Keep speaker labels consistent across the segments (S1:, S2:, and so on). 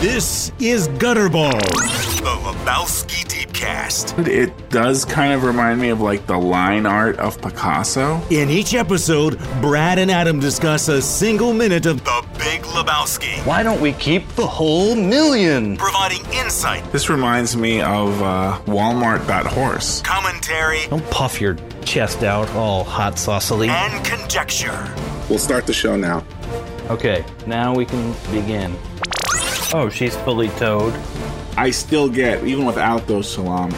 S1: This is Gutterball.
S2: The Lebowski Deepcast.
S3: It does kind of remind me of like the line art of Picasso.
S1: In each episode, Brad and Adam discuss a single minute of
S2: The Big Lebowski.
S4: Why don't we keep the whole million?
S2: Providing insight,
S3: This reminds me of uh, Walmart that horse.
S2: commentary,
S4: Don't puff your chest out all hot saucily.
S2: and conjecture.
S3: We'll start the show now.
S4: Okay, now we can begin. Oh, she's fully towed.
S3: I still get, even without those salamis,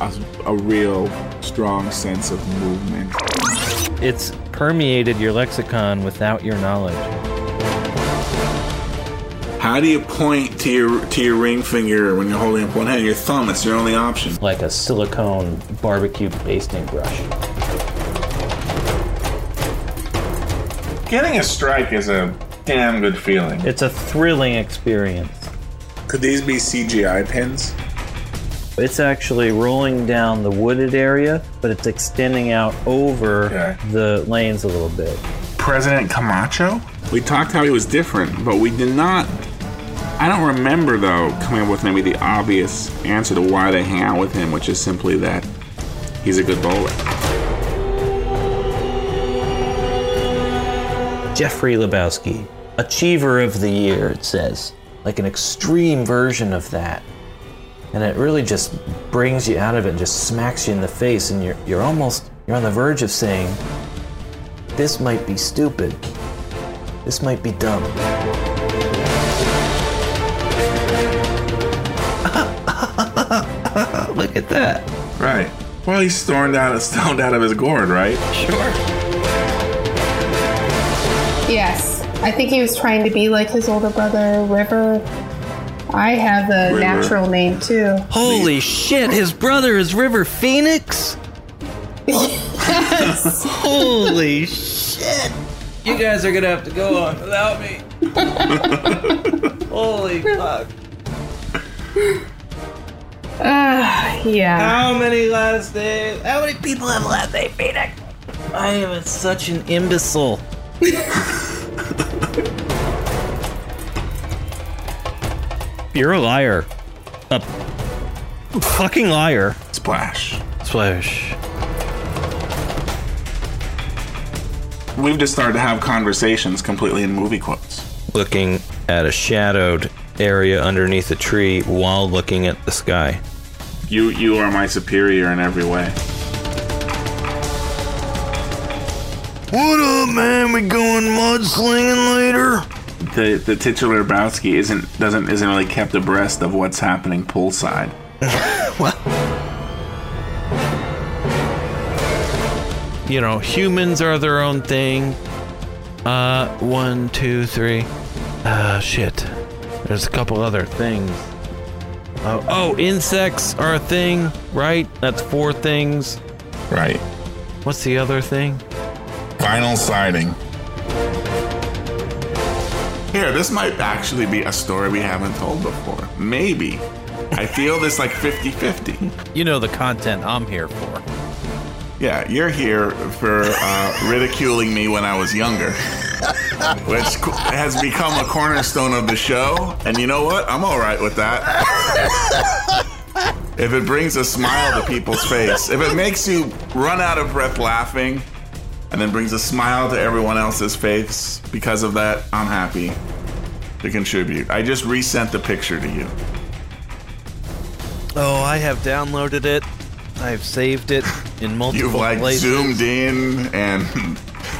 S3: a, a real strong sense of movement.
S4: It's permeated your lexicon without your knowledge.
S3: How do you point to your to your ring finger when you're holding up one hand? Your thumb. It's your only option.
S5: like a silicone barbecue basting brush.
S3: Getting a strike is a damn good feeling.
S4: It's a thrilling experience.
S3: Could these be CGI pins?
S4: It's actually rolling down the wooded area, but it's extending out over
S3: Okay.
S4: the lanes a little bit.
S3: President Camacho? We talked how he was different, but we did not. I don't remember, though, coming up with maybe the obvious answer to why they hang out with him, which is simply that he's a good bowler.
S5: Jeffrey Lebowski, Achiever of the Year, it says. Like an extreme version of that. And it really just brings you out of it and just smacks you in the face, and you're, you're almost you're on the verge of saying, This might be stupid. This might be dumb. Look at that.
S3: Right. Well, he's stoned out, stoned out of his gourd, right?
S6: Yes. I think he was trying to be like his older brother, River. I have a
S3: River.
S6: natural name too.
S7: Holy shit, his brother is River Phoenix? Holy shit. You guys are gonna have to go on without me. Holy fuck.
S6: Yeah.
S7: How many last names? How many people have last name Phoenix? I am such an imbecile.
S4: You're a liar. A fucking liar.
S3: Splash.
S4: Splash.
S3: We've just started to have conversations completely in movie quotes.
S4: Looking at a shadowed area underneath a tree while looking at the sky.
S3: You, you are my superior in every way.
S4: What up, man? We going mudslinging later?
S3: The the titular Bowski isn't doesn't isn't really kept abreast of what's happening poolside.
S7: You know, humans are their own thing. Uh, one, two, three. Uh, shit. There's a couple other things. Oh, oh, insects are a thing, right? That's four things.
S3: Right.
S7: What's the other thing?
S3: Vinyl siding. Here, this might actually be a story we haven't told before. Maybe. I feel this like 50 50.
S7: You know the content I'm here for.
S3: Yeah, you're here for uh, ridiculing me when I was younger, which co- has become a cornerstone of the show. And you know what? I'm all right with that. If it brings a smile to people's face, if it makes you run out of breath laughing and then brings a smile to everyone else's face because of that, I'm happy to contribute. I just resent the picture to you.
S7: Oh, I have downloaded it. I've saved it in multiple
S3: You've like
S7: places.
S3: zoomed in, and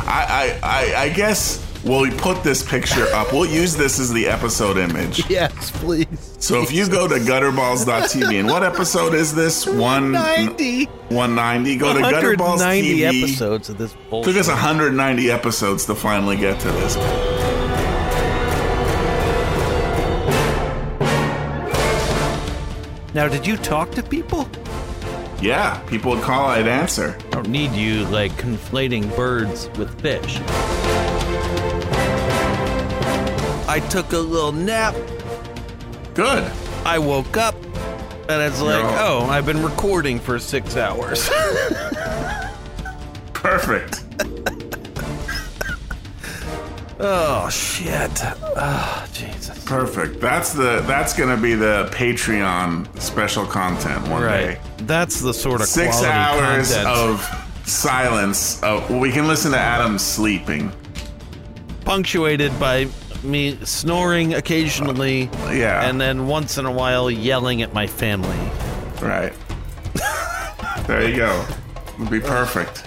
S3: I, I, I, I guess we'll put this picture up. We'll use this as the episode image.
S7: Yes, please.
S3: So if you go to gutterballs.tv, and what episode is this? One
S7: 90.
S3: 190. Go to
S7: 190
S3: Gutterballs TV.
S7: episodes of this
S3: Took
S7: bullshit.
S3: us 190 episodes to finally get to this.
S7: Now, did you talk to people?
S3: Yeah, people would call, I'd answer.
S7: I don't need you like conflating birds with fish. I took a little nap.
S3: Good.
S7: I woke up, and it's like,
S3: No.
S7: oh, I've been recording for six hours.
S3: Perfect.
S7: Oh shit. Ah, Jesus.
S3: Perfect. That's the that's gonna be the Patreon special content one
S7: Right.
S3: day.
S7: That's the sort of
S3: Six
S7: quality
S3: hours
S7: content.
S3: of silence. Oh, we can listen to Adam sleeping.
S7: punctuated by me snoring occasionally
S3: Uh, Yeah.
S7: and then once in a while yelling at my family.
S3: Right. there you go. Would be perfect.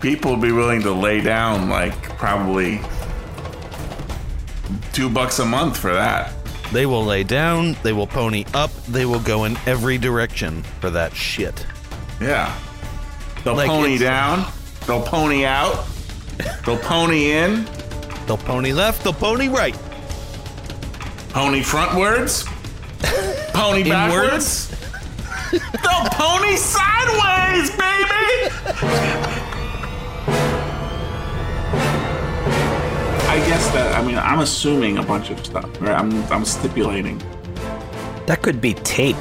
S3: People would be willing to lay down like probably two bucks a month for that.
S7: They will lay down, they will pony up, they will go in every direction for that shit.
S3: Yeah. They'll
S7: Like
S3: pony
S7: it's-
S3: down. They'll pony out. They'll pony in.
S7: They'll pony left, they'll pony right.
S3: Pony frontwards. Pony backwards.
S7: Inwards.
S3: They'll pony sideways, baby. I guess that I mean I'm assuming a bunch of stuff. Right? I'm I'm stipulating
S5: That could be tape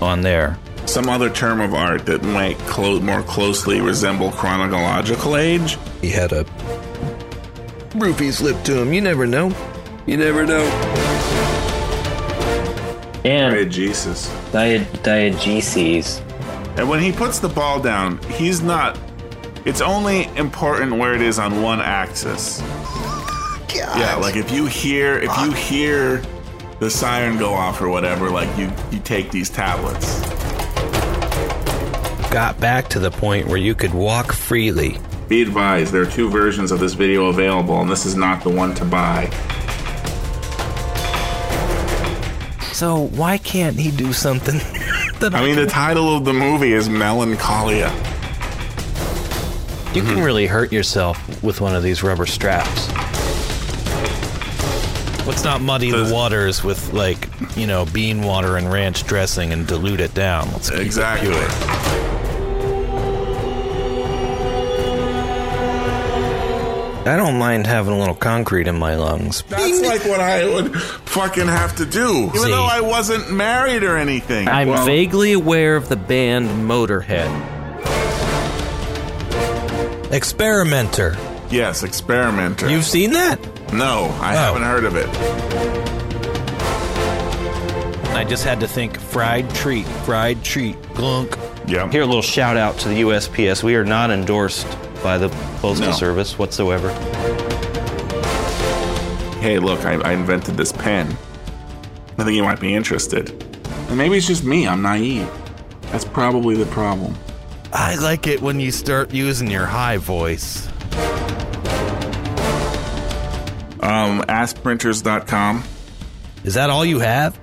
S5: on there.
S3: some other term of art that might clo- more closely resemble chronological age.
S8: He had a roofie slip to him. You never know. You never know.
S4: And
S3: Right, Jesus.
S4: Dia- Diegeses.
S3: And when he puts the ball down, he's not. It's only important where it is on one axis. Yeah, like if you hear if you hear the siren go off or whatever, like you you take these tablets.
S8: Got back to the point where you could walk freely.
S3: Be advised, there are two versions of this video available, and this is not the one to buy.
S8: So why can't he do something that
S3: I mean, the title of the movie is Melancholia.
S5: You can really hurt yourself with one of these rubber straps. Let's not muddy the
S3: Does-
S5: waters with like, you know, bean water and ranch dressing and dilute it down. Let's keep
S3: Exactly.
S5: it pure.
S8: I don't mind having a little concrete in my lungs.
S3: That's like what I would fucking have to do, even
S5: See.
S3: though I wasn't married or anything.
S5: I'm
S3: Well,
S5: vaguely aware of the band Motorhead.
S8: Experimenter.
S3: Yes, experimenter.
S8: You've seen that?
S3: No,
S5: Oh.
S3: I haven't heard of it.
S5: I just had to think fried treat, fried treat, glunk.
S3: Yep.
S5: Here, a little shout out to the USPS. We are not endorsed by the Postal
S3: No.
S5: Service whatsoever.
S3: Hey, look, I, I invented this pen. I think you might be interested. And maybe it's just me, I'm naive. That's probably the problem.
S7: I like it when you start using your high voice.
S3: Um, askprinters.com.
S8: Is that all you have?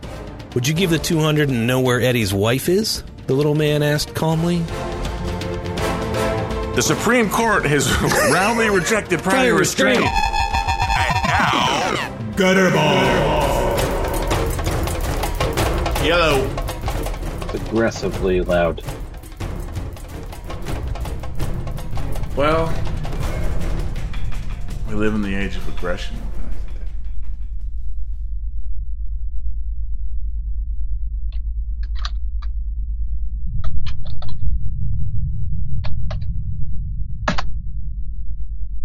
S8: Would you give the 200 and know where Eddie's wife is? The little man asked calmly.
S3: The Supreme Court has roundly rejected prior restraint.
S1: Gutter ball.
S3: Yellow.
S4: Aggressively loud.
S3: Well, we live in the age of aggression.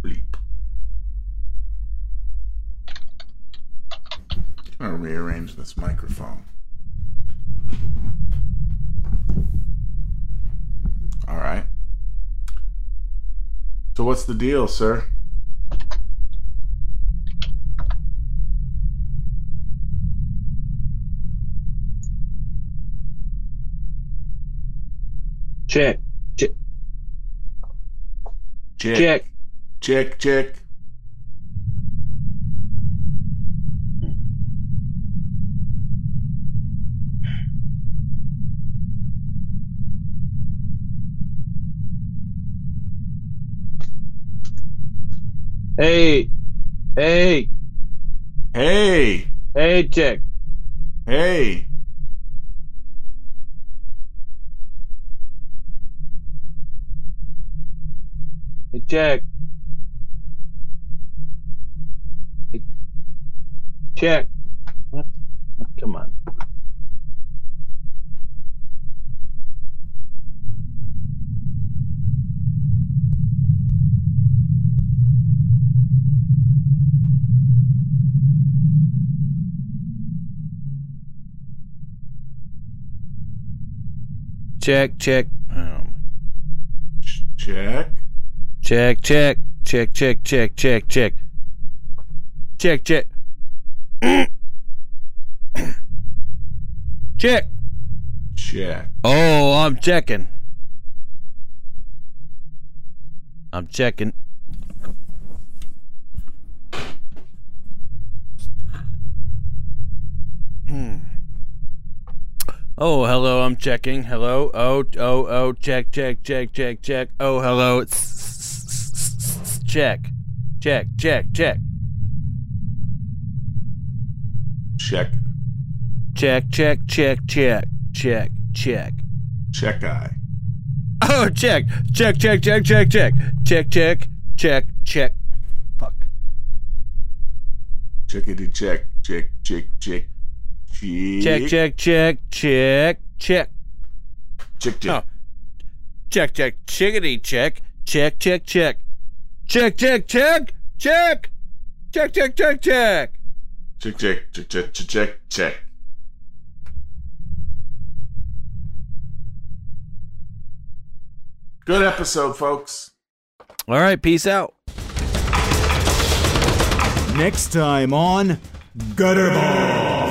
S3: Bleep. I'm gonna rearrange this microphone. All right. So what's the deal, sir?
S4: Check. Check.
S3: Chick,
S4: Check.
S3: chick, chick.
S4: Hey. Hey.
S3: Hey,
S4: Hey, check.
S3: hey.
S4: Hey, check. Hey, check. What? what? Come on.
S9: check, check. Um,
S3: Check.
S9: check, check, check, check, check, check, check, check, check, check.
S3: Check.
S9: Oh, I'm checking. I'm checking. Hmm. Oh, hello, I'm checking. Hello. Oh, oh, oh, check, check, check, check, check. Oh, hello. It's check. Check, check, check.
S3: Check.
S9: Check, check, check, check. Check, check.
S3: Check eye.
S9: Oh, check, check, check, check, check, check, check, check, check, check. Fuck.
S3: Chickity check. Check. Check. Check.
S9: Check, check, check, check,
S3: Check.
S9: check.
S3: Check.
S9: Oh. Check, check, chickadee, check, check, check, check, check, check, check, check, check, check, check, check.
S3: Check. Check. Check. Check. Check. Check. Check. Good episode, folks.
S9: All right, peace out.
S1: Next time on Gutterball.